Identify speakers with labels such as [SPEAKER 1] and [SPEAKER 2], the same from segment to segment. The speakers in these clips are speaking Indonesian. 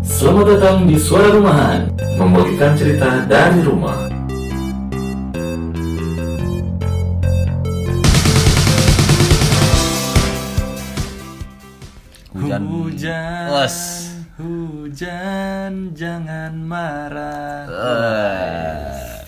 [SPEAKER 1] Selamat datang di Suara Rumahan Membagikan cerita dari rumah
[SPEAKER 2] Hujan.
[SPEAKER 3] Hujan.
[SPEAKER 2] Wes.
[SPEAKER 3] Hujan jangan marah.
[SPEAKER 2] Eh,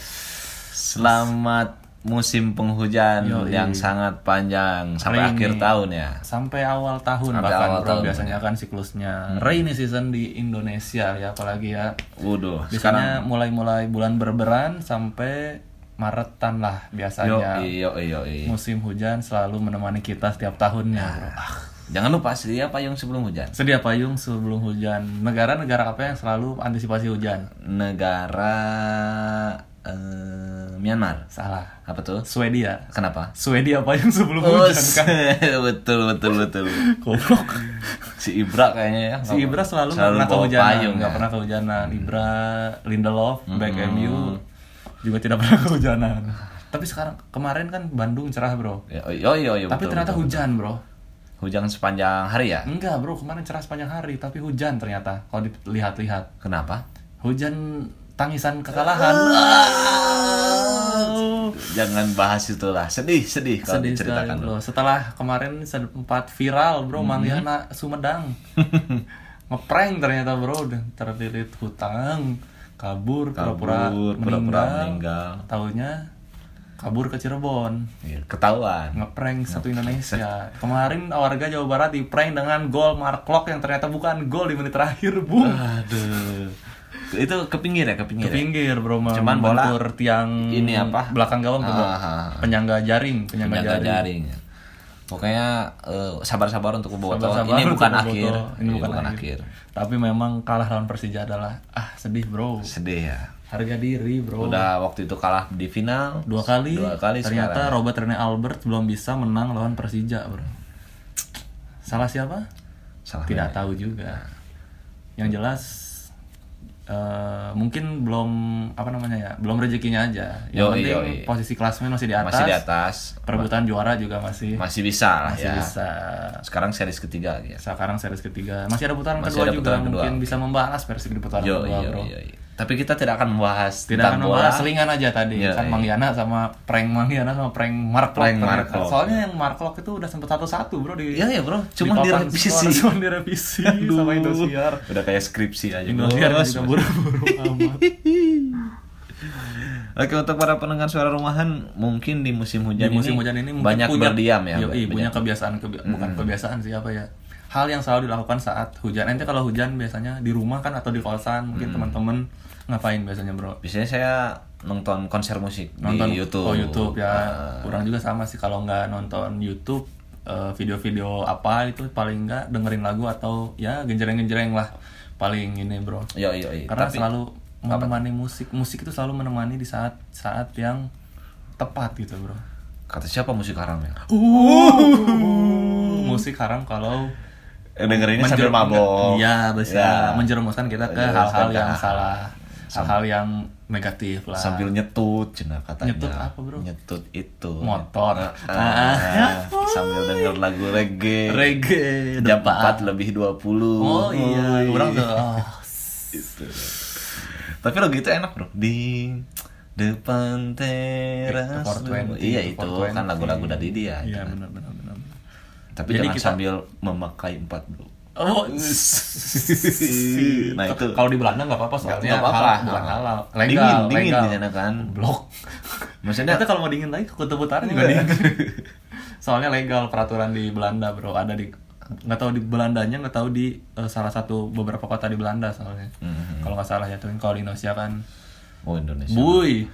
[SPEAKER 2] Selamat musim penghujan
[SPEAKER 3] Yoi.
[SPEAKER 2] yang sangat panjang sampai
[SPEAKER 3] Rainy.
[SPEAKER 2] akhir tahun ya.
[SPEAKER 3] Sampai awal tahun
[SPEAKER 2] Sampai
[SPEAKER 3] bahkan
[SPEAKER 2] awal
[SPEAKER 3] Bro.
[SPEAKER 2] tahun. ya. Hmm.
[SPEAKER 3] biasanya kan siklusnya rainy season di Indonesia ya apalagi ya.
[SPEAKER 2] Waduh,
[SPEAKER 3] Biasanya
[SPEAKER 2] sekarang
[SPEAKER 3] mulai-mulai bulan berberan sampai Maretan lah
[SPEAKER 2] yo
[SPEAKER 3] biasanya.
[SPEAKER 2] yo yo.
[SPEAKER 3] Musim hujan selalu menemani kita setiap tahunnya, Bro. Ah,
[SPEAKER 2] Jangan lupa sedia payung sebelum hujan.
[SPEAKER 3] Sedia payung sebelum hujan. Negara-negara apa yang selalu antisipasi hujan?
[SPEAKER 2] Negara eh, Myanmar.
[SPEAKER 3] Salah.
[SPEAKER 2] Apa tuh?
[SPEAKER 3] Swedia.
[SPEAKER 2] Kenapa?
[SPEAKER 3] Swedia payung sebelum hujan
[SPEAKER 2] Us.
[SPEAKER 3] kan?
[SPEAKER 2] betul betul betul.
[SPEAKER 3] Goblok.
[SPEAKER 2] Si Ibra kayaknya ya.
[SPEAKER 3] Si Ibra selalu, nggak pernah
[SPEAKER 2] bawa
[SPEAKER 3] kehujanan,
[SPEAKER 2] payung,
[SPEAKER 3] nggak
[SPEAKER 2] ya. Hmm.
[SPEAKER 3] pernah kehujanan. Ibra, Lindelof, back MU juga tidak pernah kehujanan. Tapi sekarang kemarin kan Bandung cerah bro.
[SPEAKER 2] Yo yo yo. yo,
[SPEAKER 3] tapi
[SPEAKER 2] Iya, betul,
[SPEAKER 3] ternyata Hmm.
[SPEAKER 2] betul.
[SPEAKER 3] hujan bro.
[SPEAKER 2] hujan sepanjang hari ya.
[SPEAKER 3] Enggak bro, kemarin cerah sepanjang hari tapi hujan ternyata kalau dilihat-lihat.
[SPEAKER 2] Kenapa?
[SPEAKER 3] Hujan tangisan kekalahan.
[SPEAKER 2] Ah! Jangan bahas itulah. Sedih, sedih kalau
[SPEAKER 3] Sedih sekali
[SPEAKER 2] diceritakan dulu. Hmm.
[SPEAKER 3] bro. Setelah kemarin sempat viral bro, Mangliana Sumedang. Ngeprank ternyata bro, udah terlilit hutang, kabur, pura-pura
[SPEAKER 2] Kabur, pura-pura meninggal.
[SPEAKER 3] meninggal. Taunya kabur ke Cirebon.
[SPEAKER 2] Iya, Ketahuan.
[SPEAKER 3] Ngeprank satu Indonesia. Kemarin warga Jawa Barat diprank dengan gol Mark Klok yang ternyata bukan gol di menit terakhir, Bung.
[SPEAKER 2] Ah, Aduh. Itu ke pinggir ya, ke
[SPEAKER 3] Ke
[SPEAKER 2] pinggir. ya?
[SPEAKER 3] pinggir, Bro.
[SPEAKER 2] Cuman bola
[SPEAKER 3] membentur tiang
[SPEAKER 2] ini apa?
[SPEAKER 3] Belakang gawang tuh, Bro.
[SPEAKER 2] Ah, ah, ah.
[SPEAKER 3] Penyangga jaring, penyangga,
[SPEAKER 2] Penjaga
[SPEAKER 3] jaring.
[SPEAKER 2] jaring. ya? Pokoknya eh, sabar-sabar untuk Boboto.
[SPEAKER 3] Sabar-sabar
[SPEAKER 2] Ini
[SPEAKER 3] untuk
[SPEAKER 2] bukan
[SPEAKER 3] Boboto.
[SPEAKER 2] akhir.
[SPEAKER 3] Ini bukan, akhir. Tapi memang kalah lawan Persija adalah ah sedih bro.
[SPEAKER 2] Sedih ya.
[SPEAKER 3] Harga diri bro.
[SPEAKER 2] Udah waktu itu kalah di final.
[SPEAKER 3] Oh. dua kali.
[SPEAKER 2] Dua kali
[SPEAKER 3] ternyata
[SPEAKER 2] sekarang.
[SPEAKER 3] Robert Rene Albert belum bisa menang lawan Persija bro. Salah siapa?
[SPEAKER 2] Salah ya.
[SPEAKER 3] Tidak
[SPEAKER 2] main.
[SPEAKER 3] tahu juga. Yang jelas eh, mungkin belum apa namanya ya belum rezekinya aja. Yang
[SPEAKER 2] Yoi,
[SPEAKER 3] penting
[SPEAKER 2] yoi.
[SPEAKER 3] posisi klasmen masih di atas.
[SPEAKER 2] Masih di atas.
[SPEAKER 3] Perebutan juara juga masih
[SPEAKER 2] Masih bisa lah
[SPEAKER 3] masih
[SPEAKER 2] ya.
[SPEAKER 3] bisa
[SPEAKER 2] Sekarang series ketiga ya.
[SPEAKER 3] sekarang series ketiga masih ada putaran
[SPEAKER 2] Masih
[SPEAKER 3] kedua
[SPEAKER 2] ada
[SPEAKER 3] juga
[SPEAKER 2] putaran kedua.
[SPEAKER 3] mungkin bisa membalas versi di putaran
[SPEAKER 2] Yo,
[SPEAKER 3] kedua
[SPEAKER 2] yo,
[SPEAKER 3] bro
[SPEAKER 2] yo, yo. Tapi kita tidak akan membahas
[SPEAKER 3] tidak akan
[SPEAKER 2] tentang bola. Iya,
[SPEAKER 3] membahas selingan aja tadi
[SPEAKER 2] Yo,
[SPEAKER 3] kan
[SPEAKER 2] yo.
[SPEAKER 3] Mangiana sama prank Mangiana sama prank Mark Locke
[SPEAKER 2] Prank
[SPEAKER 3] ternyata.
[SPEAKER 2] Mark Locke.
[SPEAKER 3] soalnya yang Mark Locke itu udah sempet satu satu bro di
[SPEAKER 2] Iya ya bro, cuma
[SPEAKER 3] papan skor,
[SPEAKER 2] direvisi.
[SPEAKER 3] cuma direvisi sama Indosiar
[SPEAKER 2] Udah kayak skripsi aja. Gitu.
[SPEAKER 3] Indosiar
[SPEAKER 2] Bos.
[SPEAKER 3] juga buru-buru amat
[SPEAKER 2] Oke untuk para pendengar suara rumahan mungkin di musim
[SPEAKER 3] di
[SPEAKER 2] hujan
[SPEAKER 3] musim
[SPEAKER 2] ini
[SPEAKER 3] hujan ini mungkin
[SPEAKER 2] banyak
[SPEAKER 3] punya,
[SPEAKER 2] berdiam ya.
[SPEAKER 3] yoi,
[SPEAKER 2] banyak-
[SPEAKER 3] punya kebiasaan kebi- bukan kebiasaan sih apa ya hal yang selalu dilakukan saat hujan nanti kalau hujan biasanya di rumah kan atau di kosan mungkin teman-teman ngapain biasanya bro
[SPEAKER 2] Biasanya saya nonton konser musik
[SPEAKER 3] nonton
[SPEAKER 2] di YouTube.
[SPEAKER 3] oh YouTube ya
[SPEAKER 2] Nah,
[SPEAKER 3] kurang juga sama sih kalau nggak nonton YouTube eh, video-video apa itu paling nggak dengerin lagu atau ya genjreng-genjreng lah paling ini bro
[SPEAKER 2] Yo yo yo.
[SPEAKER 3] karena
[SPEAKER 2] Tapi
[SPEAKER 3] selalu menemani musik musik itu selalu menemani di saat saat yang tepat gitu bro
[SPEAKER 2] kata siapa musik haram ya?
[SPEAKER 3] Uh, musik haram kalau
[SPEAKER 2] Eh, dengerinnya
[SPEAKER 3] menjer-
[SPEAKER 2] sambil mabok.
[SPEAKER 3] iya
[SPEAKER 2] Ya.
[SPEAKER 3] bisa menjerumuskan kita ke hal-hal
[SPEAKER 2] Menjerumuskan ke
[SPEAKER 3] yang
[SPEAKER 2] hal-
[SPEAKER 3] salah hal-hal yang negatif lah
[SPEAKER 2] Sambil nyetut, cina katanya.
[SPEAKER 3] Nyetut apa, bro?
[SPEAKER 2] Nyetut itu.
[SPEAKER 3] Motor.
[SPEAKER 2] Ah,
[SPEAKER 3] Ah.
[SPEAKER 2] sambil denger lagu reggae.
[SPEAKER 3] reggae
[SPEAKER 2] Jam
[SPEAKER 3] depan.
[SPEAKER 2] 4 lebih 20
[SPEAKER 3] Iya, Oh iya,
[SPEAKER 2] Woi.
[SPEAKER 3] orang tuh ah,
[SPEAKER 2] Gitu. Tapi lagu itu enak bro Di
[SPEAKER 3] Eh,
[SPEAKER 2] depan teras lu.
[SPEAKER 3] 420,
[SPEAKER 2] Iya itu
[SPEAKER 3] 420.
[SPEAKER 2] kan lagu-lagu dari dia gitu.
[SPEAKER 3] Iya benar benar benar.
[SPEAKER 2] Tapi
[SPEAKER 3] Jadi
[SPEAKER 2] jangan
[SPEAKER 3] kita-
[SPEAKER 2] sambil memakai empat bro
[SPEAKER 3] Oh,
[SPEAKER 2] Nah, itu.
[SPEAKER 3] kalau di Belanda nggak apa-apa soalnya
[SPEAKER 2] nggak apa-apa. Nah.
[SPEAKER 3] halal, bukan halal, legal,
[SPEAKER 2] Dingin, dingin
[SPEAKER 3] legal.
[SPEAKER 2] di sana kan.
[SPEAKER 3] blok.
[SPEAKER 2] Maksudnya
[SPEAKER 3] Ternyata kalau mau dingin lagi ke kutub utara juga dingin. soalnya legal peraturan di Belanda bro, ada di nggak tahu di Belandanya nggak tahu di eh, salah satu beberapa kota di Belanda soalnya.
[SPEAKER 2] Hmm.
[SPEAKER 3] Kalau nggak salah ya tuh kalau di Indonesia kan,
[SPEAKER 2] Mhm. Oh Indonesia
[SPEAKER 3] bui,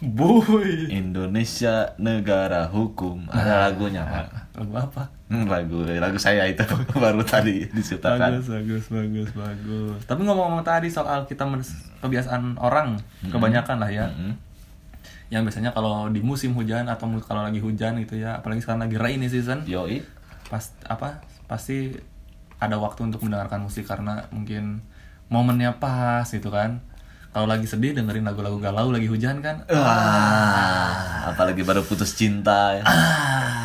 [SPEAKER 3] bui.
[SPEAKER 2] Indonesia negara hukum
[SPEAKER 3] Ah.
[SPEAKER 2] Ada lagunya pak
[SPEAKER 3] Lagu apa?
[SPEAKER 2] Hmm, lagu lagu saya itu baru tadi diceritakan
[SPEAKER 3] Bagus, bagus, bagus, bagus. Tapi ngomong-ngomong tadi soal kita men- kebiasaan orang,
[SPEAKER 2] Hmm.
[SPEAKER 3] kebanyakan lah ya.
[SPEAKER 2] Mm-mm.
[SPEAKER 3] Yang biasanya kalau di musim hujan atau mu- kalau lagi hujan gitu ya, apalagi sekarang lagi rainy season,
[SPEAKER 2] Yoi
[SPEAKER 3] pas apa pasti ada waktu untuk mendengarkan musik karena mungkin momennya pas gitu kan. Kalau lagi sedih dengerin lagu-lagu galau lagi hujan kan.
[SPEAKER 2] Wah,
[SPEAKER 3] Ah.
[SPEAKER 2] apalagi baru
[SPEAKER 3] Eh.
[SPEAKER 2] ya. putus cinta,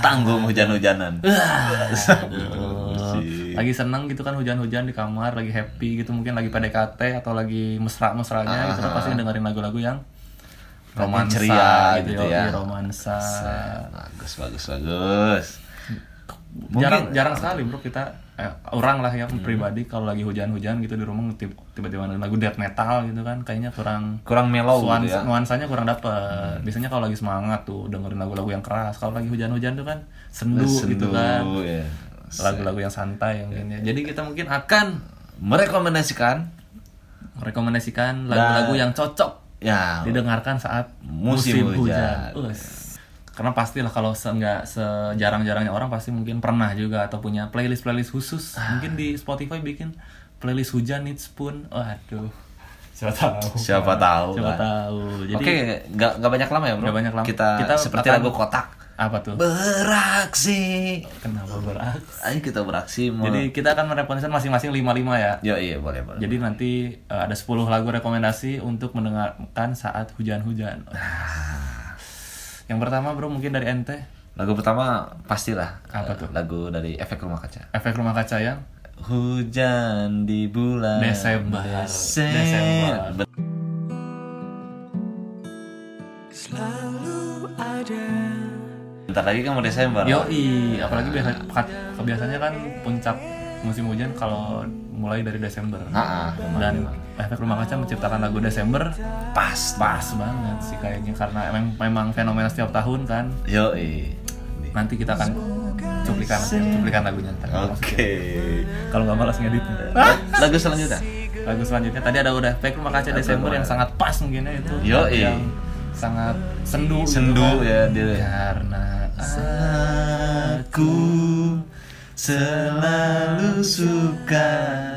[SPEAKER 2] tanggung hujan-hujanan. Aduh, Iya, sih. Iya.
[SPEAKER 3] lagi seneng gitu kan hujan-hujan di kamar lagi happy gitu mungkin lagi PDKT atau lagi mesra-mesranya gitu kan pasti dengerin lagu-lagu yang romansa
[SPEAKER 2] Ah. ceria gitu
[SPEAKER 3] yoi,
[SPEAKER 2] ya.
[SPEAKER 3] romansa
[SPEAKER 2] Ah, bagus bagus bagus
[SPEAKER 3] jarang jarang sekali bro kita eh, orang lah ya pribadi kalau lagi hujan-hujan gitu di rumah ngetip- tiba-tiba ada lagu death metal gitu kan kayaknya kurang
[SPEAKER 2] kurang mellow gitu
[SPEAKER 3] nuansa,
[SPEAKER 2] ya Hmm.
[SPEAKER 3] nuansanya kurang dapet biasanya kalau lagi semangat tuh dengerin lagu-lagu yang keras kalau lagi hujan-hujan tuh kan sendu, gitu kan
[SPEAKER 2] ya.
[SPEAKER 3] lagu-lagu yang santai mungkin ya jadi kita mungkin akan
[SPEAKER 2] merekomendasikan
[SPEAKER 3] merekomendasikan lagu-lagu
[SPEAKER 2] Nah.
[SPEAKER 3] yang cocok
[SPEAKER 2] ya
[SPEAKER 3] didengarkan saat
[SPEAKER 2] Musim
[SPEAKER 3] musim,
[SPEAKER 2] hujan.
[SPEAKER 3] hujan. Us. Karena pastilah kalau se- nggak sejarang-jarangnya orang pasti mungkin pernah juga atau punya playlist-playlist khusus. Mungkin di Spotify bikin playlist hujan hits pun. Waduh. Siapa tahu.
[SPEAKER 2] siapa tahu
[SPEAKER 3] Siapa
[SPEAKER 2] kan.
[SPEAKER 3] tahu. Jadi
[SPEAKER 2] Oke, nggak nggak banyak lama ya bro.
[SPEAKER 3] Nggak banyak lama.
[SPEAKER 2] Kita,
[SPEAKER 3] Kita
[SPEAKER 2] seperti
[SPEAKER 3] akan-
[SPEAKER 2] lagu kotak.
[SPEAKER 3] apa tuh?
[SPEAKER 2] Beraksi.
[SPEAKER 3] Kenapa beraksi?
[SPEAKER 2] Ayo kita beraksi. mau-
[SPEAKER 3] Jadi kita akan merekomendasikan masing-masing 5-5 ya.
[SPEAKER 2] ya iya boleh boleh.
[SPEAKER 3] Jadi nanti eh, ada 10 lagu rekomendasi untuk mendengarkan saat hujan-hujan. Ah. Yang pertama bro mungkin dari ente
[SPEAKER 2] Lagu pertama pastilah.
[SPEAKER 3] Apa
[SPEAKER 2] eh, Lagu dari Efek Rumah Kaca.
[SPEAKER 3] efek rumah kaca ya. yang
[SPEAKER 2] Hujan di bulan
[SPEAKER 3] Desember.
[SPEAKER 2] Desember.
[SPEAKER 3] Desember.
[SPEAKER 2] Bentar lagi kan mau Desember.
[SPEAKER 3] Yoi, apalagi biasa, kat- kebiasaannya kan puncak musim hujan kalau mulai dari Desember.
[SPEAKER 2] Ah, ah,
[SPEAKER 3] Dan efek rumah kaca menciptakan lagu Desember
[SPEAKER 2] Pas
[SPEAKER 3] pas banget sih kayaknya karena emang, memang fenomena setiap tahun kan.
[SPEAKER 2] Yo
[SPEAKER 3] Nanti kita akan cuplikan cuplikan lagunya. ntar.
[SPEAKER 2] Oke.
[SPEAKER 3] Kalau nggak malas ngeditnya.
[SPEAKER 2] Lagu selanjutnya.
[SPEAKER 3] Lagu selanjutnya tadi ada udah efek rumah kaca Desember yang sangat pas mungkin ya itu.
[SPEAKER 2] Yoi.
[SPEAKER 3] Yang sangat sendu. gitu
[SPEAKER 2] Sendu
[SPEAKER 3] kan.
[SPEAKER 2] ya dia.
[SPEAKER 3] Karena
[SPEAKER 2] Aku selalu suka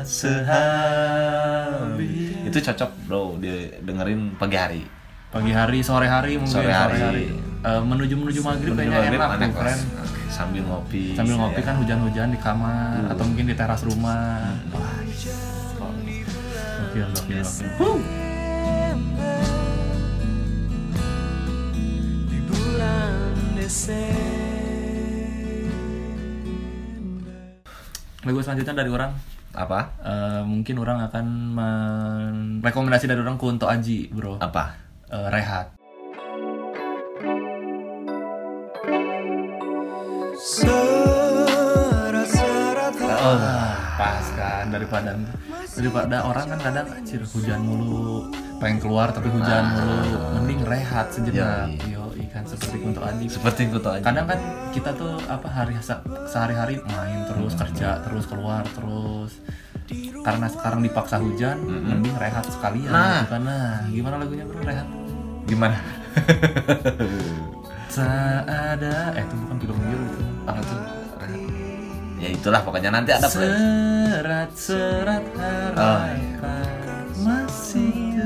[SPEAKER 2] sehabis. Itu cocok bro, dia dengerin pagi hari.
[SPEAKER 3] pagi hari sore hari mungkin
[SPEAKER 2] Sore
[SPEAKER 3] sore hari,
[SPEAKER 2] hari.
[SPEAKER 3] Eh, menuju menuju maghrib
[SPEAKER 2] Menuju
[SPEAKER 3] kayaknya
[SPEAKER 2] maghrib,
[SPEAKER 3] enak tuh
[SPEAKER 2] lah.
[SPEAKER 3] keren
[SPEAKER 2] Sambil ngopi.
[SPEAKER 3] sambil
[SPEAKER 2] ya.
[SPEAKER 3] ngopi kan hujan-hujan di kamar atau mungkin di teras rumah
[SPEAKER 2] Hmm.
[SPEAKER 3] wah gokil gokil gokil. Huh. lagu selanjutnya dari orang
[SPEAKER 2] Apa?
[SPEAKER 3] Eh, mungkin orang akan men- rekomendasi dari orang Kunto Aji bro
[SPEAKER 2] Apa?
[SPEAKER 3] Eh, rehat
[SPEAKER 2] Oh,
[SPEAKER 3] pas kan daripada daripada orang kan kadang anjir hujan mulu pengen keluar tapi hujan mulu mending rehat sejenak yo ikan seperti untuk Adi
[SPEAKER 2] seperti yang kutu gitu aja.
[SPEAKER 3] kadang kan kita tuh apa hari se- sehari-hari main terus
[SPEAKER 2] Hmm.
[SPEAKER 3] kerja terus keluar terus karena sekarang dipaksa hujan mending rehat sekalian
[SPEAKER 2] Hmm. Nah.
[SPEAKER 3] gitu kan. nah gimana lagunya bro rehat
[SPEAKER 2] Gimana?
[SPEAKER 3] seada eh itu bukan film itu
[SPEAKER 2] Apa tuh? Ya itulah pokoknya nanti ada play.
[SPEAKER 3] Serat-serat
[SPEAKER 2] Oh,
[SPEAKER 3] harapan masih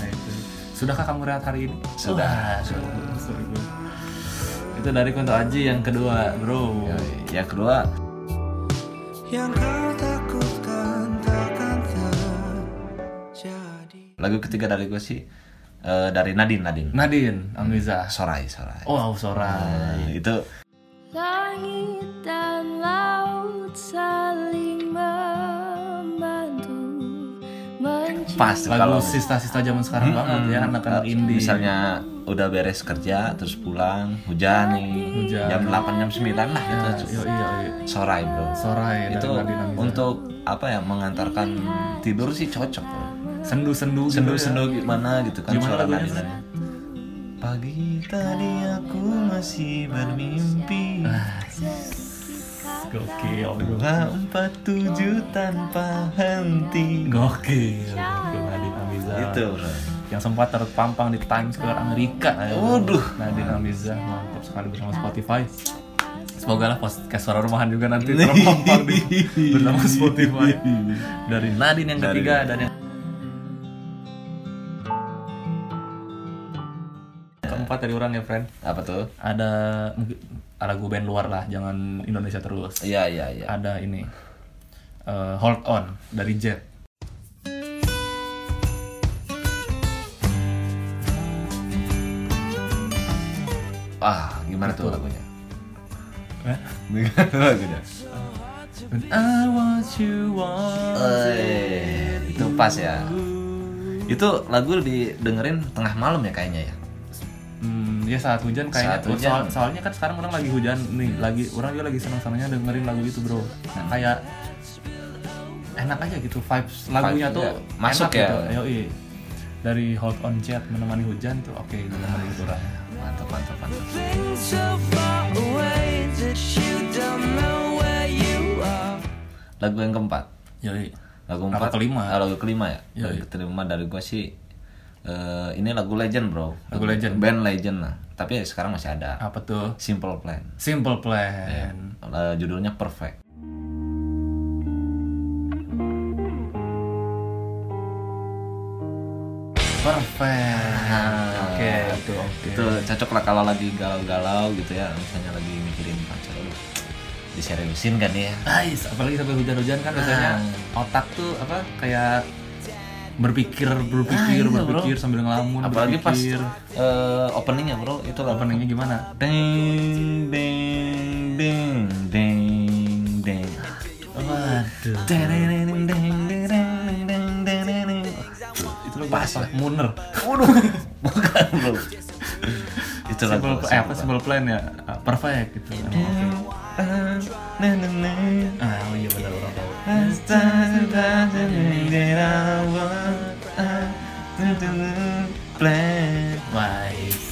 [SPEAKER 3] Nah itu Sudahkah kamu rehat hari ini?
[SPEAKER 2] Sudah.
[SPEAKER 3] Wah, syukur, syukur. Itu dari Kunto Aji yang kedua, bro
[SPEAKER 2] Iya, Yang kedua,
[SPEAKER 4] yang kau takutkan takkan terjadi.
[SPEAKER 2] lagu ketiga dari gue sih eh, dari Nadine Nadine.
[SPEAKER 3] Nah. Nadine, Amriza
[SPEAKER 2] Sorai Sorai.
[SPEAKER 3] Wow, Sora
[SPEAKER 2] Nah, itu
[SPEAKER 5] Langit dan laut saling membantu mencintai.
[SPEAKER 2] pas tuh
[SPEAKER 3] Lagu
[SPEAKER 2] kalau Hmm? Iya, Eh,
[SPEAKER 3] sista-sista zaman sekarang banget ya, anak-anak indie
[SPEAKER 2] misalnya udah beres kerja terus pulang hujan nih
[SPEAKER 3] Hujan.
[SPEAKER 2] jam 8 jam 9 lah gitu
[SPEAKER 3] Yo, iya, iya
[SPEAKER 2] sorai bro
[SPEAKER 3] Sora ya,
[SPEAKER 2] itu
[SPEAKER 3] dari Nadine Amriza
[SPEAKER 2] untuk apa ya mengantarkan tidur sih cocok bro
[SPEAKER 3] Sendu-sendu gitu
[SPEAKER 2] sendu
[SPEAKER 3] ya.
[SPEAKER 2] sendu gimana gitu kan
[SPEAKER 3] Gimana
[SPEAKER 2] suara
[SPEAKER 3] lagunya,
[SPEAKER 2] Nadine.
[SPEAKER 3] Fred?
[SPEAKER 2] pagi tadi aku masih bermimpi
[SPEAKER 3] Gokil, bro
[SPEAKER 2] dua empat tujuh tanpa henti
[SPEAKER 3] Gokil, gokil Nadine Amiza.
[SPEAKER 2] itu bro
[SPEAKER 3] Yang sempat terpampang di Times Square Amerika. ya.
[SPEAKER 2] Waduh.
[SPEAKER 3] Nadine Amiza mantap sekali bersama Spotify. Semoga lah podcast suara rumahan juga nanti terpampang di bersama Spotify. Dari Nadine yang ketiga dan yang keempat dari orang ya, friend.
[SPEAKER 2] apa tuh
[SPEAKER 3] Ada mungkin ada gue band luar lah, jangan Indonesia terus.
[SPEAKER 2] iya iya iya
[SPEAKER 3] Ada ini. eh, Hold on dari Jet.
[SPEAKER 2] ah gimana tuh lagunya
[SPEAKER 3] Hah?
[SPEAKER 2] Ah, gimana lagunya
[SPEAKER 3] When I want you want
[SPEAKER 2] Eh, itu pas ya. Itu lagu didengerin tengah malam ya kayaknya ya.
[SPEAKER 3] Hmm, ya saat hujan kayaknya.
[SPEAKER 2] Saat hujan.
[SPEAKER 3] Soal- soalnya kan sekarang orang lagi hujan nih, lagi orang juga lagi senang-senangnya dengerin lagu itu, Bro.
[SPEAKER 2] Hmm.
[SPEAKER 3] Nah, kayak enak aja gitu vibes lagunya tuh
[SPEAKER 2] juga. Masuk
[SPEAKER 3] enak
[SPEAKER 2] ya.
[SPEAKER 3] Gitu. Yoi. Dari Hold On Chat menemani hujan tuh oke dengerin gitu lah.
[SPEAKER 2] Ah, Mantap, mantap, mantap.
[SPEAKER 4] Been so far away that you don't know where you are.
[SPEAKER 2] Lagu yang keempat.
[SPEAKER 3] Yoi.
[SPEAKER 2] Lagu
[SPEAKER 3] Lagu
[SPEAKER 2] empat.
[SPEAKER 3] kelima.
[SPEAKER 2] Ah, lagu kelima ya.
[SPEAKER 3] Iya,
[SPEAKER 2] Lagu
[SPEAKER 3] iya.
[SPEAKER 2] kelima dari gua sih eh, ini lagu legend, Bro.
[SPEAKER 3] Lagu legend. Ah.
[SPEAKER 2] Band legend lah. Tapi ya sekarang masih ada.
[SPEAKER 3] Apa tuh?
[SPEAKER 2] Simple Plan.
[SPEAKER 3] Simple Plan.
[SPEAKER 2] Eh, judulnya Perfect.
[SPEAKER 3] Perfect.
[SPEAKER 2] Ah,
[SPEAKER 3] Oke, itu oke.
[SPEAKER 2] itu cocok lah kalau lagi galau-galau gitu ya misalnya lagi mikirin pacar lu diseriusin kan ya
[SPEAKER 3] Nice, apalagi sampai hujan-hujan kan biasanya otak tuh apa kayak berpikir berpikir
[SPEAKER 2] Ah, iya, bro.
[SPEAKER 3] berpikir sambil ngelamun
[SPEAKER 2] apalagi pas
[SPEAKER 3] berpikir.
[SPEAKER 2] eh, openingnya bro itu lah
[SPEAKER 3] openingnya gimana
[SPEAKER 2] ding ding ding ding ding
[SPEAKER 3] waduh
[SPEAKER 2] Ding, ding, ding, ding, ding, ding, ding, ding, ding, ding, ding.
[SPEAKER 3] itu lo pas lah muner
[SPEAKER 2] Waduh, bukan bro. Itu lagu
[SPEAKER 3] simple, eh, apa simple plan ya Ah, perfect gitu Emang oke. ah iya benar orang tahu
[SPEAKER 2] Plan.
[SPEAKER 3] nice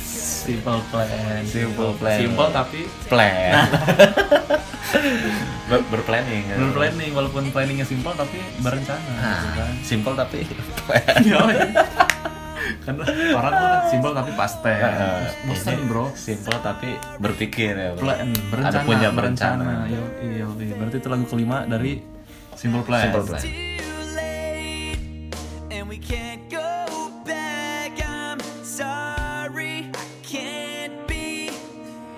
[SPEAKER 3] simple plan
[SPEAKER 2] Simple plan.
[SPEAKER 3] simple tapi
[SPEAKER 2] Plan. Ber- berplanning. ya.
[SPEAKER 3] berplanning walaupun planningnya simple tapi berencana gitu kan.
[SPEAKER 2] Simple tapi plan.
[SPEAKER 3] Yoi. karena orang tuh kan simple tapi pasten
[SPEAKER 2] Eh,
[SPEAKER 3] bosan
[SPEAKER 2] ini
[SPEAKER 3] bro
[SPEAKER 2] Simple tapi berpikir ya. Bro.
[SPEAKER 3] plan berencana
[SPEAKER 2] Ada punya
[SPEAKER 3] berencana
[SPEAKER 2] berencana.
[SPEAKER 3] Yo, iya iya. berarti itu lagu kelima dari simple plan
[SPEAKER 2] Simple plan.
[SPEAKER 4] Too late, and we can't go back. I'm sorry, I can't be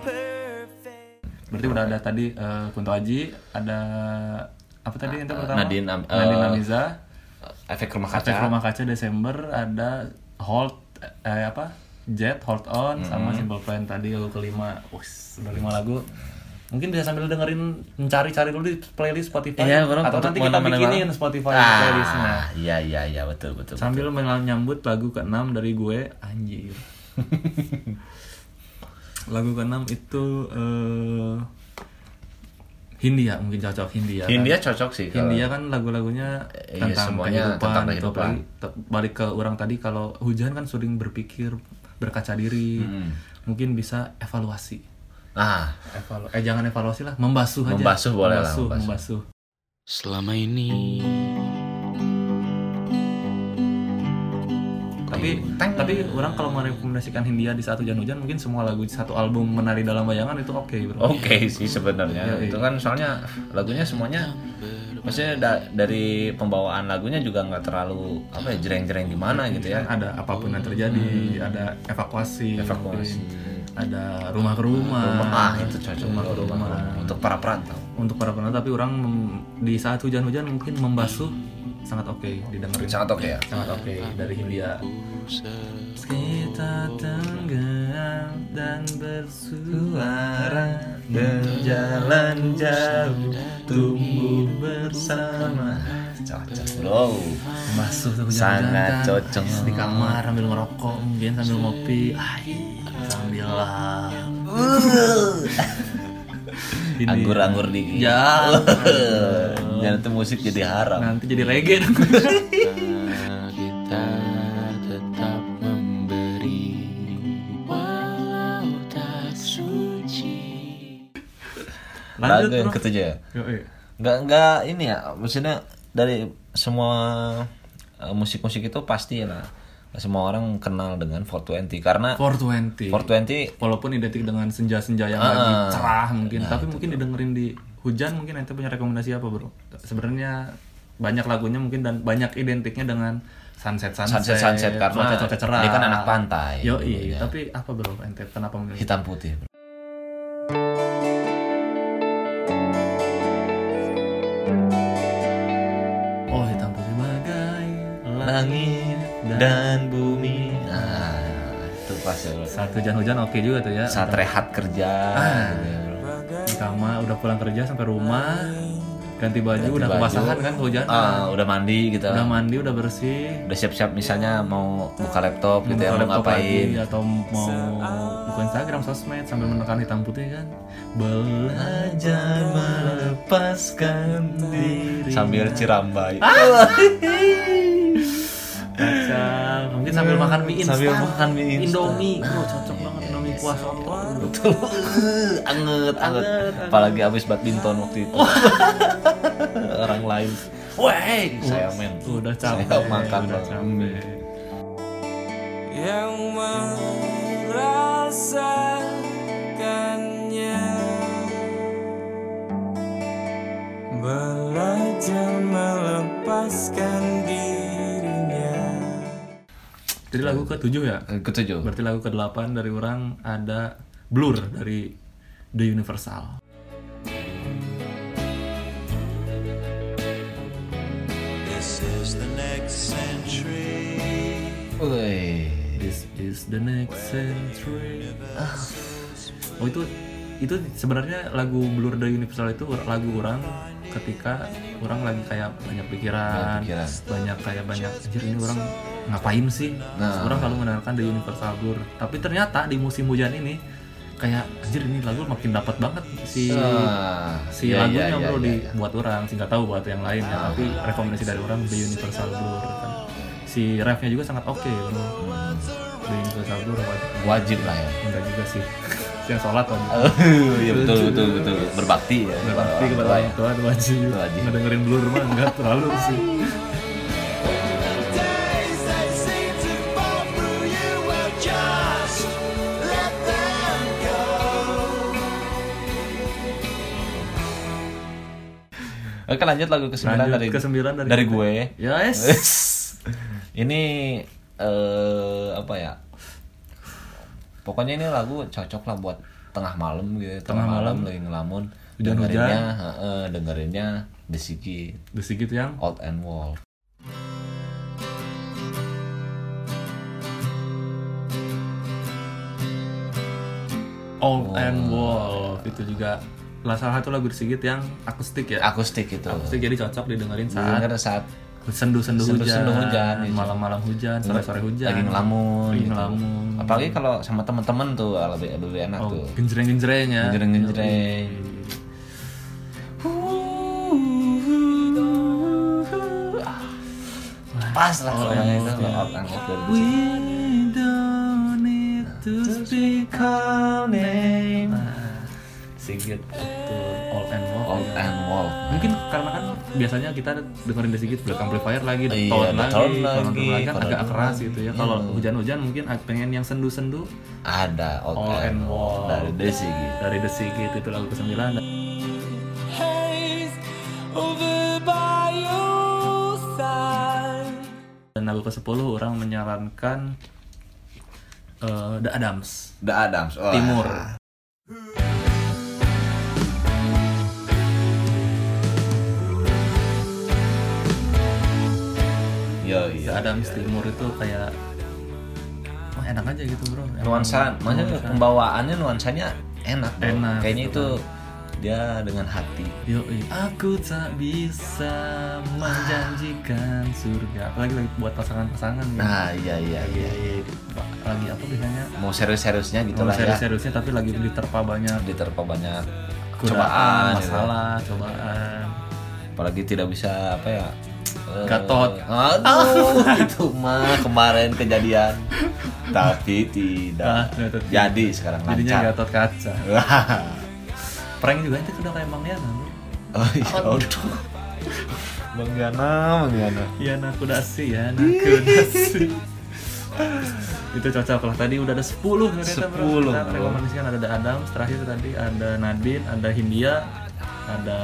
[SPEAKER 4] perfect.
[SPEAKER 3] berarti udah ada tadi eh, Kunto Aji ada apa tadi yang pertama
[SPEAKER 2] Nadine Am-
[SPEAKER 3] Nadine
[SPEAKER 2] eh,
[SPEAKER 3] Amiza
[SPEAKER 2] Efek rumah kaca.
[SPEAKER 3] Efek Rumah Kaca Desember ada Hold eh, apa Jet Hold On sama
[SPEAKER 2] Mm-hmm.
[SPEAKER 3] Simple Plan tadi lagu kelima Wus, udah lima lagu mungkin bisa sambil dengerin mencari-cari dulu di playlist Spotify
[SPEAKER 2] Iya, bro.
[SPEAKER 3] atau
[SPEAKER 2] Untuk
[SPEAKER 3] nanti kita
[SPEAKER 2] mana-mana
[SPEAKER 3] bikinin
[SPEAKER 2] barang.
[SPEAKER 3] Spotify
[SPEAKER 2] Ah,
[SPEAKER 3] playlistnya
[SPEAKER 2] Iya iya iya betul betul.
[SPEAKER 3] sambil menyambut lagu ke-6 dari gue anjir lagu ke-6 itu eh, Hindia mungkin cocok Hindia
[SPEAKER 2] betul.
[SPEAKER 3] kan?
[SPEAKER 2] Hindia cocok sih. kalau-
[SPEAKER 3] Hindia kan lagu-lagunya
[SPEAKER 2] Eh, iya,
[SPEAKER 3] tentang
[SPEAKER 2] semuanya
[SPEAKER 3] kehidupan,
[SPEAKER 2] tentang
[SPEAKER 3] gitu.
[SPEAKER 2] kehidupan.
[SPEAKER 3] Apalagi te- balik ke orang tadi kalau hujan kan sering berpikir berkaca diri
[SPEAKER 2] Hmm.
[SPEAKER 3] mungkin bisa evaluasi
[SPEAKER 2] Ah,
[SPEAKER 3] Evalu eh jangan evaluasi lah membasuh aja
[SPEAKER 2] Membasuh boleh lah,
[SPEAKER 3] Membasuh,
[SPEAKER 2] membasuh.
[SPEAKER 3] membasuh.
[SPEAKER 6] Selama ini
[SPEAKER 3] tapi
[SPEAKER 2] Teng.
[SPEAKER 3] tapi orang kalau merekomendasikan Hindia di saat hujan-hujan mungkin semua lagu di satu album menari dalam bayangan itu oke bro
[SPEAKER 2] Oke sih sebenarnya
[SPEAKER 3] Iya, iya.
[SPEAKER 2] itu kan soalnya lagunya semuanya maksudnya da- dari pembawaan lagunya juga nggak terlalu apa ya jereng-jereng gimana gitu
[SPEAKER 3] kan
[SPEAKER 2] ya
[SPEAKER 3] ada apapun yang terjadi ada evakuasi
[SPEAKER 2] Hmm. Evakuasi.
[SPEAKER 3] mungkin. ada rumah ke rumah,
[SPEAKER 2] ah itu cocok
[SPEAKER 3] rumah ke
[SPEAKER 2] banget
[SPEAKER 3] Iya, rumah
[SPEAKER 2] untuk para perantau
[SPEAKER 3] untuk para penonton tapi orang mem- di saat hujan-hujan mungkin membasuh sangat oke didengerin
[SPEAKER 2] sangat oke ya
[SPEAKER 3] sangat oke dari Hindia kita tenggelam dan bersuara
[SPEAKER 2] berjalan jauh tumbuh bersama cocok bro
[SPEAKER 3] masuk tuh hujan-hujan,
[SPEAKER 2] Sangat cocok.
[SPEAKER 3] kan. di kamar sambil ngerokok mungkin sambil ngopi ah, sambil lah
[SPEAKER 2] Uh.
[SPEAKER 3] Ini.
[SPEAKER 2] anggur-anggur dikit
[SPEAKER 3] Ya.
[SPEAKER 2] dan itu musik jadi haram
[SPEAKER 3] nanti jadi reggae dong.
[SPEAKER 6] kita tetap memberi walau tak suci.
[SPEAKER 3] lanjut
[SPEAKER 2] lagu yang
[SPEAKER 3] bro
[SPEAKER 2] ketujuh ya
[SPEAKER 3] Yoi.
[SPEAKER 2] nggak nggak ini ya maksudnya dari semua eh, musik-musik itu pasti ya lah semua orang kenal dengan 420 karena
[SPEAKER 3] 420
[SPEAKER 2] 420
[SPEAKER 3] walaupun identik dengan senja-senja yang lagi cerah mungkin tapi mungkin didengerin di hujan mungkin ente punya rekomendasi apa bro sebenarnya banyak lagunya mungkin dan banyak identiknya dengan sunset sunset
[SPEAKER 2] sunset sunset karena
[SPEAKER 3] cuaca cerah
[SPEAKER 2] dia kan anak pantai Iya.
[SPEAKER 3] yo iya,
[SPEAKER 2] dulunya.
[SPEAKER 3] tapi apa bro ente kenapa memilih
[SPEAKER 2] hitam putih
[SPEAKER 3] oh hitam putih bagai
[SPEAKER 2] langit dan bumi nah itu pas ya bro
[SPEAKER 3] saat hujan-hujan oke juga tuh ya Ah.
[SPEAKER 2] saat rehat kerja gitu ya, bro.
[SPEAKER 3] di kamar udah pulang kerja sampai rumah ganti baju udah
[SPEAKER 2] baju.
[SPEAKER 3] kemasahan kan hujan
[SPEAKER 2] Ah, udah mandi gitu
[SPEAKER 3] udah mandi udah bersih
[SPEAKER 2] udah siap-siap misalnya mau buka laptop gitu ya
[SPEAKER 3] buka
[SPEAKER 2] mau
[SPEAKER 3] laptop
[SPEAKER 2] ngapain
[SPEAKER 3] lagi iya. atau mau buka Instagram sosmed sambil menekan hitam putih kan belajar melepaskan diri
[SPEAKER 2] sambil cirambai
[SPEAKER 3] Kacang. mungkin sambil makan mie instan
[SPEAKER 2] Nah, Sambil makan mie instan.
[SPEAKER 3] Indomie Bro, cocok banget Indomie kuah soto
[SPEAKER 2] betul anget anget apalagi abis badminton waktu itu orang lain weh saya men
[SPEAKER 3] udah capek
[SPEAKER 2] Saya makan
[SPEAKER 3] udah
[SPEAKER 2] banget.
[SPEAKER 3] capek
[SPEAKER 4] yang merasakannya belajar melepaskan dirinya
[SPEAKER 3] jadi lagu ke tujuh ya
[SPEAKER 2] Eh, ketujuh
[SPEAKER 3] berarti lagu ke delapan dari orang ada Blur dari The Universal
[SPEAKER 2] Wih.
[SPEAKER 3] This is the next century. Ah. Oh itu itu sebenarnya lagu Blur the Universal itu lagu orang ketika orang lagi kayak banyak pikiran,
[SPEAKER 2] Banyak pikiran.
[SPEAKER 3] banyak kayak banyak anjir ini orang ngapain sih? Terus
[SPEAKER 2] Nah.
[SPEAKER 3] orang kalau mendengarkan The Universal Blur. Tapi ternyata di musim hujan ini kayak anjir ini lagu makin dapat banget si
[SPEAKER 2] Ah,
[SPEAKER 3] si
[SPEAKER 2] iya,
[SPEAKER 3] lagunya
[SPEAKER 2] iya,
[SPEAKER 3] bro
[SPEAKER 2] iya,
[SPEAKER 3] di
[SPEAKER 2] iya. Ah.
[SPEAKER 3] buat orang sih nggak tahu buat yang lain ya tapi rekomendasi dari orang The Universal Blur kan. si refnya juga sangat oke bro The Universal Blur wajib
[SPEAKER 2] wajib lah ya
[SPEAKER 3] enggak juga sih yang sholat kan
[SPEAKER 2] ya betul betul betul berbakti ya
[SPEAKER 3] berarti kepada
[SPEAKER 2] Wah,
[SPEAKER 3] orang tua itu wajib
[SPEAKER 2] Wajib.
[SPEAKER 3] ngedengerin Blur mah nggak terlalu sih
[SPEAKER 2] oke lanjut lagu ke sembilan
[SPEAKER 3] Lanjut
[SPEAKER 2] dari
[SPEAKER 3] ke sembilan dari
[SPEAKER 2] dari
[SPEAKER 3] kita.
[SPEAKER 2] gue
[SPEAKER 3] yes
[SPEAKER 2] ini eh apa ya pokoknya ini lagu cocok lah buat tengah malam gitu tengah, malam, lagi ngelamun
[SPEAKER 3] Hujan-hujan.
[SPEAKER 2] dengerinnya heeh, dengerinnya The Sigit
[SPEAKER 3] The Sigit gitu yang
[SPEAKER 2] Old and Wall
[SPEAKER 3] Old and Wolf itu juga lah salah satu lagu The Sigit yang akustik ya
[SPEAKER 2] akustik gitu
[SPEAKER 3] akustik jadi cocok didengerin saat
[SPEAKER 2] Dengar saat
[SPEAKER 3] sendu-sendu hujan,
[SPEAKER 2] Iya, Sendu-sendu hujan, gitu.
[SPEAKER 3] malam-malam hujan, sore-sore hujan,
[SPEAKER 2] lagi ngelamun
[SPEAKER 3] lagi
[SPEAKER 2] gitu.
[SPEAKER 3] ngelamun,
[SPEAKER 2] apalagi kalau sama teman-teman tuh lebih lebih enak
[SPEAKER 3] oh,
[SPEAKER 2] tuh
[SPEAKER 3] genjreng-genjreng ya,
[SPEAKER 2] genjreng-genjreng
[SPEAKER 3] Oh,
[SPEAKER 2] pas lah kalau
[SPEAKER 3] iya.
[SPEAKER 2] yang itu kalau Old and Wall dari The Sigit.
[SPEAKER 3] We don't need to speak our name. Sigit itu all and more.
[SPEAKER 2] Old and Wall
[SPEAKER 3] Mungkin karena kan biasanya kita dengerin The Sigit black amplifier lagi, ada
[SPEAKER 2] Iya,
[SPEAKER 3] tone
[SPEAKER 2] ada
[SPEAKER 3] lagi,
[SPEAKER 2] tone
[SPEAKER 3] kalau
[SPEAKER 2] lagi,
[SPEAKER 3] lagi kan
[SPEAKER 2] kalau
[SPEAKER 3] agak
[SPEAKER 2] dulu
[SPEAKER 3] keras
[SPEAKER 2] lagi.
[SPEAKER 3] gitu ya. Kalau hujan-hujan mungkin pengen yang sendu-sendu
[SPEAKER 2] ada Old,
[SPEAKER 3] Old
[SPEAKER 2] and
[SPEAKER 3] and
[SPEAKER 2] Wall
[SPEAKER 3] Wall.
[SPEAKER 2] dari gitu. The Sigit
[SPEAKER 3] dari The Sigit itu lagu ke-9
[SPEAKER 4] haze over by your side
[SPEAKER 3] dan lagu ke-10 orang menyarankan eh, The Adams
[SPEAKER 2] The Adams oh. Wah. Iya,
[SPEAKER 3] Timur.
[SPEAKER 2] Yo, yo,
[SPEAKER 3] The Adams Timur
[SPEAKER 2] iya.
[SPEAKER 3] itu kayak wah enak aja gitu bro. Emang
[SPEAKER 2] nuansa maksudnya pembawaannya nuansanya enak bro.
[SPEAKER 3] Enak,
[SPEAKER 2] kayaknya
[SPEAKER 3] gitu
[SPEAKER 2] itu dia dengan hati
[SPEAKER 3] Yoi, aku tak bisa menjanjikan surga. Apalagi lagi buat pasangan-pasangan gitu.
[SPEAKER 2] nah iya iya iya
[SPEAKER 3] Lagi apa biasanya?
[SPEAKER 2] mau serius-seriusnya gitu
[SPEAKER 3] Mau
[SPEAKER 2] lah ya
[SPEAKER 3] serius-seriusnya tapi lagi diterpa banyak
[SPEAKER 2] diterpa banyak
[SPEAKER 3] godaan,
[SPEAKER 2] cobaan gitu.
[SPEAKER 3] masalah, cobaan.
[SPEAKER 2] apalagi tidak bisa apa ya eh,
[SPEAKER 3] Gatot.
[SPEAKER 2] aduh itu mah kemarin kejadian tapi
[SPEAKER 3] Ah,
[SPEAKER 2] tidak
[SPEAKER 3] gatot.
[SPEAKER 2] jadi sekarang
[SPEAKER 3] Jadinya
[SPEAKER 2] lancar
[SPEAKER 3] gatot kaca. Prank juga itu udah kayak Mang Yana. bro.
[SPEAKER 2] oh iya aduh menggana menggana
[SPEAKER 3] Yana Kudasi, Yana Kudasi. itu cocok lah tadi udah ada 10 ternyata bro.
[SPEAKER 2] 10,
[SPEAKER 3] kita
[SPEAKER 2] bro.
[SPEAKER 3] rekomendasikan ada The Adams terakhir tadi ada Nadine ada Hindia ada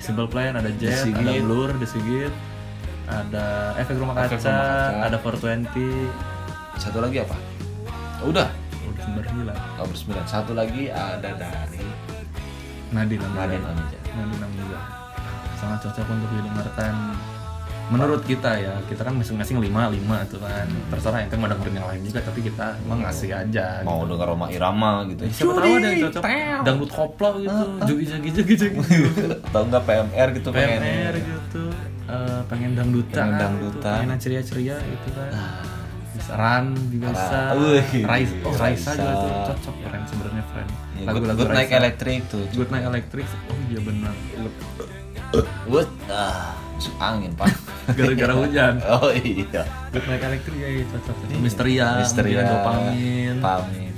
[SPEAKER 3] Simple Plan ada Jet
[SPEAKER 2] Sigit.
[SPEAKER 3] ada Blur The Sigit ada Efek Rumah Kaca,
[SPEAKER 2] Efek Rumah Kaca.
[SPEAKER 3] ada 420
[SPEAKER 2] satu lagi apa udah
[SPEAKER 3] udah sembilan Oh, lah
[SPEAKER 2] nomor 9 satu lagi ada dari
[SPEAKER 3] Nadine
[SPEAKER 2] Raden Amija
[SPEAKER 3] Nadine Amija sangat cocok untuk didengarkan menurut kita ya kita kan masing-masing lima lima tuh kan
[SPEAKER 2] Hmm.
[SPEAKER 3] terserah ente mau dengerin yang lain juga tapi kita emang ngasih aja
[SPEAKER 2] Iya. mau denger Roma Irama gitu
[SPEAKER 3] Iya, siapa tahu ada yang cocok dangdut koplo gitu jogi jogi jogi jogi
[SPEAKER 2] atau enggak PMR gitu Eh, pengen
[SPEAKER 3] PMR gitu Eh, pengen dangdutan
[SPEAKER 2] Pengen
[SPEAKER 3] gitu,
[SPEAKER 2] dangdutan.
[SPEAKER 3] pengen yang ceria-ceria gitu kan bisa Ran juga
[SPEAKER 2] Ran.
[SPEAKER 3] bisa
[SPEAKER 2] Ah. Wih,
[SPEAKER 3] Raisa, oh, Raisa
[SPEAKER 2] Raisa.
[SPEAKER 3] juga tuh cocok keren sebenarnya keren
[SPEAKER 2] Ya, good,
[SPEAKER 3] lagu-lagu
[SPEAKER 2] good Night
[SPEAKER 3] Raisa.
[SPEAKER 2] Electric tuh
[SPEAKER 3] Good Night Electric oh iya benar
[SPEAKER 2] Good ah, masuk angin pak
[SPEAKER 3] Gara-gara hujan.
[SPEAKER 2] oh iya
[SPEAKER 3] Good Night Electric ya iya, cocok Misteria
[SPEAKER 2] Misteria
[SPEAKER 3] Misteria Dopamin
[SPEAKER 2] Dopamin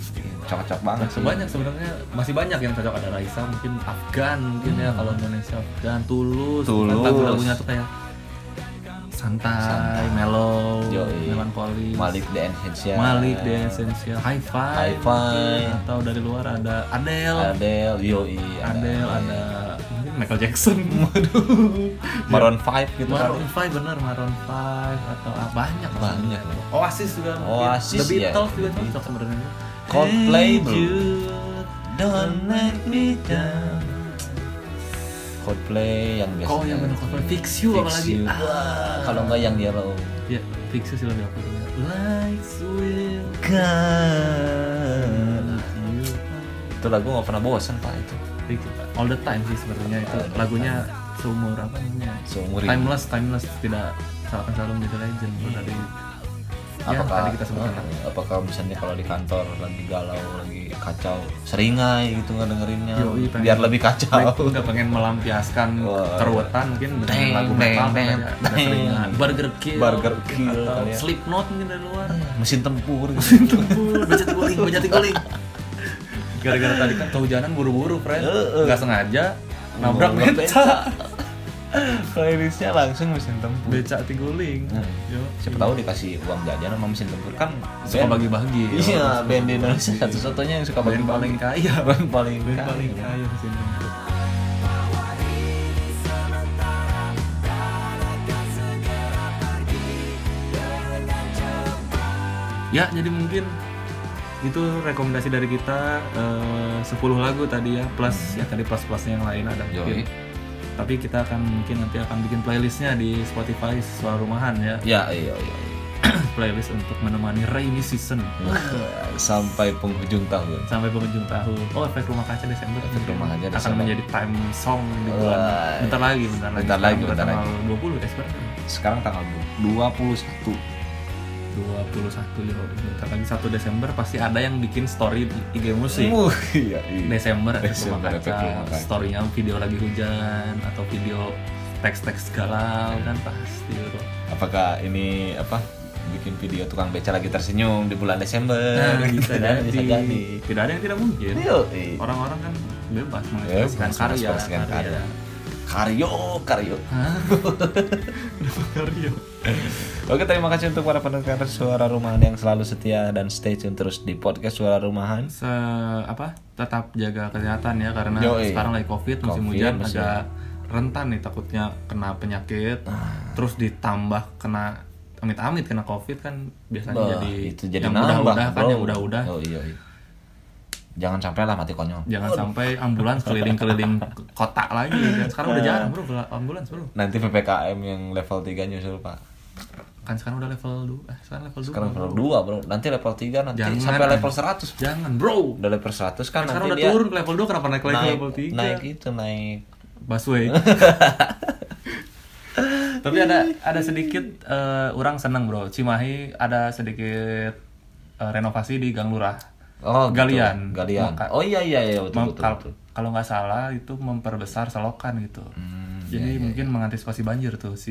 [SPEAKER 2] cocok banget
[SPEAKER 3] Nah, banyak sebenarnya masih banyak yang cocok ada Raisa mungkin Afgan mungkin ya kalau Indonesia Afgan Tulus,
[SPEAKER 2] Tulus.
[SPEAKER 3] lagu-lagunya tuh kayak santai, mellow,
[SPEAKER 2] Yoi.
[SPEAKER 3] melankolis,
[SPEAKER 2] Malik The Enhanced
[SPEAKER 3] Malik The Essential, High Five,
[SPEAKER 2] High Five.
[SPEAKER 3] mungkin. atau dari luar ada Adele,
[SPEAKER 2] Adele iya. Yoi
[SPEAKER 3] Adele ada mungkin Michael Jackson, waduh,
[SPEAKER 2] Maroon 5 gitu kan
[SPEAKER 3] Maroon 5 bener Maroon 5 atau ah, banyak lah.
[SPEAKER 2] banyak
[SPEAKER 3] Oasis juga, mungkin.
[SPEAKER 2] Oasis,
[SPEAKER 3] The
[SPEAKER 2] ya.
[SPEAKER 3] Beatles juga cocok sebenarnya.
[SPEAKER 2] Coldplay, bro.
[SPEAKER 3] Jude.
[SPEAKER 2] Don't let me down Coldplay yang biasa
[SPEAKER 3] Oh yang benar cover Fix You apa lagi? Ah.
[SPEAKER 2] kalau enggak yang yellow
[SPEAKER 3] Ya Fix You sih lebih aku dengar. Lights will
[SPEAKER 2] Kan. Itu lagu nggak pernah bosan pak itu.
[SPEAKER 3] fix all the time sih sebenarnya itu
[SPEAKER 2] All the
[SPEAKER 3] lagunya seumur apa namanya?
[SPEAKER 2] Seumur hidup.
[SPEAKER 3] Timeless, timeless tidak salahkan selalu menjadi legend Itu dari
[SPEAKER 2] Iya.
[SPEAKER 3] ya,
[SPEAKER 2] Apakah
[SPEAKER 3] tadi kita sebutkan lah.
[SPEAKER 2] Iya kan? apakah misalnya kalau di kantor lagi galau, lagi kacau, seringai gitu nggak dengerinnya?
[SPEAKER 3] Yoi, iya, pengen-
[SPEAKER 2] biar lebih kacau.
[SPEAKER 3] Baik, nggak pengen melampiaskan
[SPEAKER 2] Wah.
[SPEAKER 3] keruwetan mungkin dengan
[SPEAKER 2] Oh, iya. Teng,
[SPEAKER 3] lagu metal
[SPEAKER 2] teng,
[SPEAKER 3] kayak
[SPEAKER 2] teng,
[SPEAKER 3] ada
[SPEAKER 2] teng.
[SPEAKER 3] seringan. Burger Kill,
[SPEAKER 2] Burger
[SPEAKER 3] mungkin,
[SPEAKER 2] Kill
[SPEAKER 3] atau
[SPEAKER 2] kali ya.
[SPEAKER 3] Slipknot mungkin dari luar.
[SPEAKER 2] Mesin tempur. Gitu.
[SPEAKER 3] bejati guling, bejati guling. Gara-gara tadi kan kehujanan buru-buru, Fred. Nggak sengaja nabrak
[SPEAKER 2] Nabrak
[SPEAKER 3] beca.
[SPEAKER 2] Playlistnya langsung mesin tempur.
[SPEAKER 3] Beca tiguling.
[SPEAKER 2] Hmm.
[SPEAKER 3] Yo.
[SPEAKER 2] Siapa tahu dikasih uang jajan sama mesin tempur kan?
[SPEAKER 3] Suka
[SPEAKER 2] band-
[SPEAKER 3] bagi-bagi.
[SPEAKER 2] Iya, band di Indonesia satu-satunya yang suka
[SPEAKER 3] Band
[SPEAKER 2] bagi-bagi.
[SPEAKER 3] paling kaya,
[SPEAKER 2] Band paling
[SPEAKER 3] Band
[SPEAKER 2] kaya.
[SPEAKER 3] paling kaya di sini. Ya, jadi mungkin itu rekomendasi dari kita eh, 10 lagu tadi ya plus ya tadi plus plusnya yang lain ada mungkin.
[SPEAKER 2] Yoi.
[SPEAKER 3] Tapi kita akan mungkin nanti akan bikin playlistnya di Spotify siswa rumahan ya
[SPEAKER 2] Ya, iya, iya. iya.
[SPEAKER 3] playlist untuk menemani rainy season
[SPEAKER 2] Sampai penghujung tahun.
[SPEAKER 3] sampai pengunjung tahun. Oh, efek rumah kaca Desember.
[SPEAKER 2] Efek rumah
[SPEAKER 3] akan
[SPEAKER 2] kaca Desember.
[SPEAKER 3] menjadi time song di bulan.
[SPEAKER 2] Wah.
[SPEAKER 3] Bentar lagi, bentar lagi.
[SPEAKER 2] Bentar
[SPEAKER 3] Sekarang udah
[SPEAKER 2] lagi, bentar lagi.
[SPEAKER 3] Tanggal 20 Desember.
[SPEAKER 2] sekarang tanggal 21
[SPEAKER 3] 21 ya, bentar lagi 1 Desember pasti ada yang bikin story di IG musik.
[SPEAKER 2] Uh, iya, iya.
[SPEAKER 3] Desember efek rumah
[SPEAKER 2] Desember,
[SPEAKER 3] kaca,
[SPEAKER 2] efek rumah kaca. gitu.
[SPEAKER 3] storynya video lagi hujan atau video teks-teks galau kan pasti itu.
[SPEAKER 2] apakah ini apa bikin video tukang beca lagi tersenyum di bulan Desember
[SPEAKER 3] Nah, bisa
[SPEAKER 2] Gitu kan,
[SPEAKER 3] jadi.
[SPEAKER 2] bisa jadi eh.
[SPEAKER 3] Tidak ada yang tidak mungkin.
[SPEAKER 2] Yoi.
[SPEAKER 3] Orang-orang kan bebas mengekspresikan
[SPEAKER 2] bebas
[SPEAKER 3] karya,
[SPEAKER 2] mengekspresikan karya. karyo karyo
[SPEAKER 3] karya.
[SPEAKER 2] oke terima kasih untuk para pendengar suara rumahan yang selalu setia dan stay tune terus di podcast suara rumahan
[SPEAKER 3] se- apa tetap jaga kesehatan ya karena
[SPEAKER 2] Yoi.
[SPEAKER 3] sekarang lagi covid musim
[SPEAKER 2] Covid,
[SPEAKER 3] hujan
[SPEAKER 2] musim-
[SPEAKER 3] agak rentan nih takutnya kena penyakit
[SPEAKER 2] Ah.
[SPEAKER 3] terus ditambah kena amit-amit kena covid kan biasanya
[SPEAKER 2] Bah,
[SPEAKER 3] jadi,
[SPEAKER 2] itu jadi
[SPEAKER 3] yang
[SPEAKER 2] nambah
[SPEAKER 3] udah-udah kan
[SPEAKER 2] bro.
[SPEAKER 3] yang udah-udah Ya.
[SPEAKER 2] Yoi, yoi. jangan sampai lah mati konyol
[SPEAKER 3] jangan sampai ambulans keliling-keliling kota lagi kan sekarang
[SPEAKER 2] Iya.
[SPEAKER 3] udah jarang bro bela- ambulans bro
[SPEAKER 2] nanti ppkm yang level 3 nyusul pak
[SPEAKER 3] kan sekarang udah level 2 sekarang level 2
[SPEAKER 2] sekarang level 2 bro nanti level 3 nanti
[SPEAKER 3] Hmm. Jangan.
[SPEAKER 2] sampai level 100
[SPEAKER 3] jangan bro
[SPEAKER 2] udah level 100 kan
[SPEAKER 3] sekarang
[SPEAKER 2] nanti
[SPEAKER 3] udah
[SPEAKER 2] dia
[SPEAKER 3] turun ke level 2 kenapa naik lagi ke
[SPEAKER 2] naik,
[SPEAKER 3] level 3
[SPEAKER 2] naik itu naik
[SPEAKER 3] busway tapi ada ada sedikit eh, orang seneng bro Cimahi ada sedikit eh, renovasi di Gang Lurah
[SPEAKER 2] Oh, gitu.
[SPEAKER 3] Galian
[SPEAKER 2] Galian.
[SPEAKER 3] Maka-
[SPEAKER 2] oh iya iya iya
[SPEAKER 3] Mem-
[SPEAKER 2] betul betul.
[SPEAKER 3] kal-
[SPEAKER 2] betul.
[SPEAKER 3] kalau nggak salah itu memperbesar selokan gitu
[SPEAKER 2] Hmm, iya,
[SPEAKER 3] jadi mungkin mengantisipasi banjir tuh si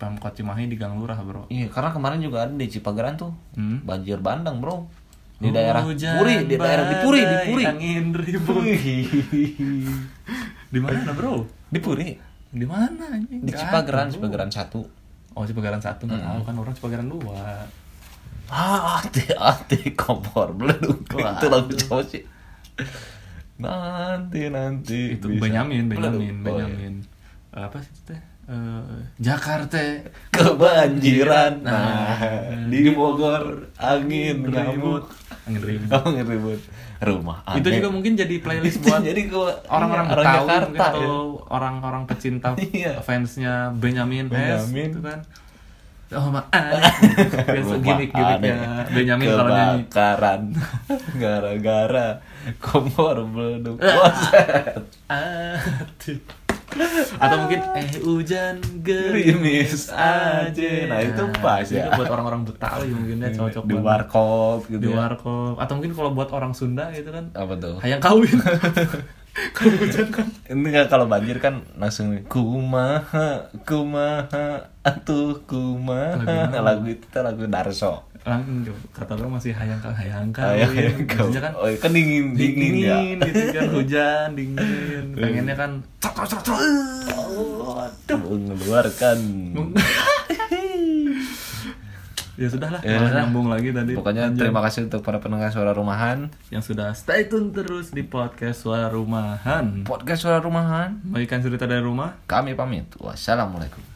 [SPEAKER 3] pemkot Cimahi di Gang Lurah bro
[SPEAKER 2] Iya, karena kemarin juga ada di Cipageran tuh
[SPEAKER 3] Hmm.
[SPEAKER 2] banjir bandang, Bro. Di daerah
[SPEAKER 3] Hujan
[SPEAKER 2] Puri, di daerah di Puri, di
[SPEAKER 3] badai,
[SPEAKER 2] Puri.
[SPEAKER 3] angin ribut di mana bro
[SPEAKER 2] Di Puri,
[SPEAKER 3] di mana anjing?
[SPEAKER 2] di
[SPEAKER 3] Nggak ada,
[SPEAKER 2] Cipageran,
[SPEAKER 3] bro.
[SPEAKER 2] Cipageran Hmm. 1.
[SPEAKER 3] Oh Cipageran satu nggak tahu kan orang Cipageran dua.
[SPEAKER 2] Ah, ate ate kompor beleduk.
[SPEAKER 3] Wah,
[SPEAKER 2] Itu lagu cowok sih. Nanti nanti
[SPEAKER 3] Itu
[SPEAKER 2] bisa.
[SPEAKER 3] Benyamin,
[SPEAKER 2] Beleduk.
[SPEAKER 3] Benyamin,
[SPEAKER 2] Oh, iya.
[SPEAKER 3] Benyamin. Eh, Apa sih itu teh? eh, Jakarta
[SPEAKER 2] kebanjiran nah di Bogor angin
[SPEAKER 3] ribut
[SPEAKER 2] ribut
[SPEAKER 3] angin ribut
[SPEAKER 2] angin ribut rumah Iya. aneh.
[SPEAKER 3] itu juga mungkin jadi playlist
[SPEAKER 2] Itu
[SPEAKER 3] buat
[SPEAKER 2] jadi gua
[SPEAKER 3] orang-orang
[SPEAKER 2] iya, orang
[SPEAKER 3] Betawi
[SPEAKER 2] Jakarta ya.
[SPEAKER 3] mungkin atau orang-orang pecinta
[SPEAKER 2] Iya.
[SPEAKER 3] fansnya Benjamin S
[SPEAKER 2] Benyamin.
[SPEAKER 3] gitu kan Oh, ma aneh.
[SPEAKER 2] ya.
[SPEAKER 3] Biasa
[SPEAKER 2] Rumah
[SPEAKER 3] gimmick-gimmicknya
[SPEAKER 2] aneh.
[SPEAKER 3] Benjamin kalau nyanyi
[SPEAKER 2] kebakaran gara-gara kompor belum koset
[SPEAKER 3] Ati. Atau mungkin eh hujan gerimis
[SPEAKER 2] Gerimis
[SPEAKER 3] aja.
[SPEAKER 2] Nah, itu pas ya. Iya,
[SPEAKER 3] Itu buat orang-orang Betawi mungkin ya cocok
[SPEAKER 2] di
[SPEAKER 3] banget.
[SPEAKER 2] warkop gitu
[SPEAKER 3] di
[SPEAKER 2] ya.
[SPEAKER 3] warkop. Atau mungkin kalau buat orang Sunda gitu kan
[SPEAKER 2] apa tuh
[SPEAKER 3] hayang kawin. kalau hujan kan
[SPEAKER 2] ini kan kalau banjir kan langsung kumaha kumaha atuh kumaha Nah,
[SPEAKER 3] Lagu
[SPEAKER 2] lagu,
[SPEAKER 3] apa?
[SPEAKER 2] itu teh lagu Darso
[SPEAKER 3] langsung gitu. kata lu masih hayang ka- hayang kawin.
[SPEAKER 2] Ayah, ayah, kau-
[SPEAKER 3] Maksudnya kan
[SPEAKER 2] oh, kan dingin dingin, ya Iya.
[SPEAKER 3] gitu kan hujan dingin. Pengennya kan cok cok cok cok.
[SPEAKER 2] mengeluarkan
[SPEAKER 3] Ya sudahlah,
[SPEAKER 2] Ya
[SPEAKER 3] malah
[SPEAKER 2] udah.
[SPEAKER 3] nyambung lagi tadi.
[SPEAKER 2] pokoknya
[SPEAKER 3] Panjang.
[SPEAKER 2] terima kasih untuk para pendengar suara rumahan
[SPEAKER 3] yang sudah stay tune terus di podcast Suara Rumahan.
[SPEAKER 2] podcast suara rumahan
[SPEAKER 3] Bagikan cerita dari rumah.
[SPEAKER 2] kami pamit wassalamualaikum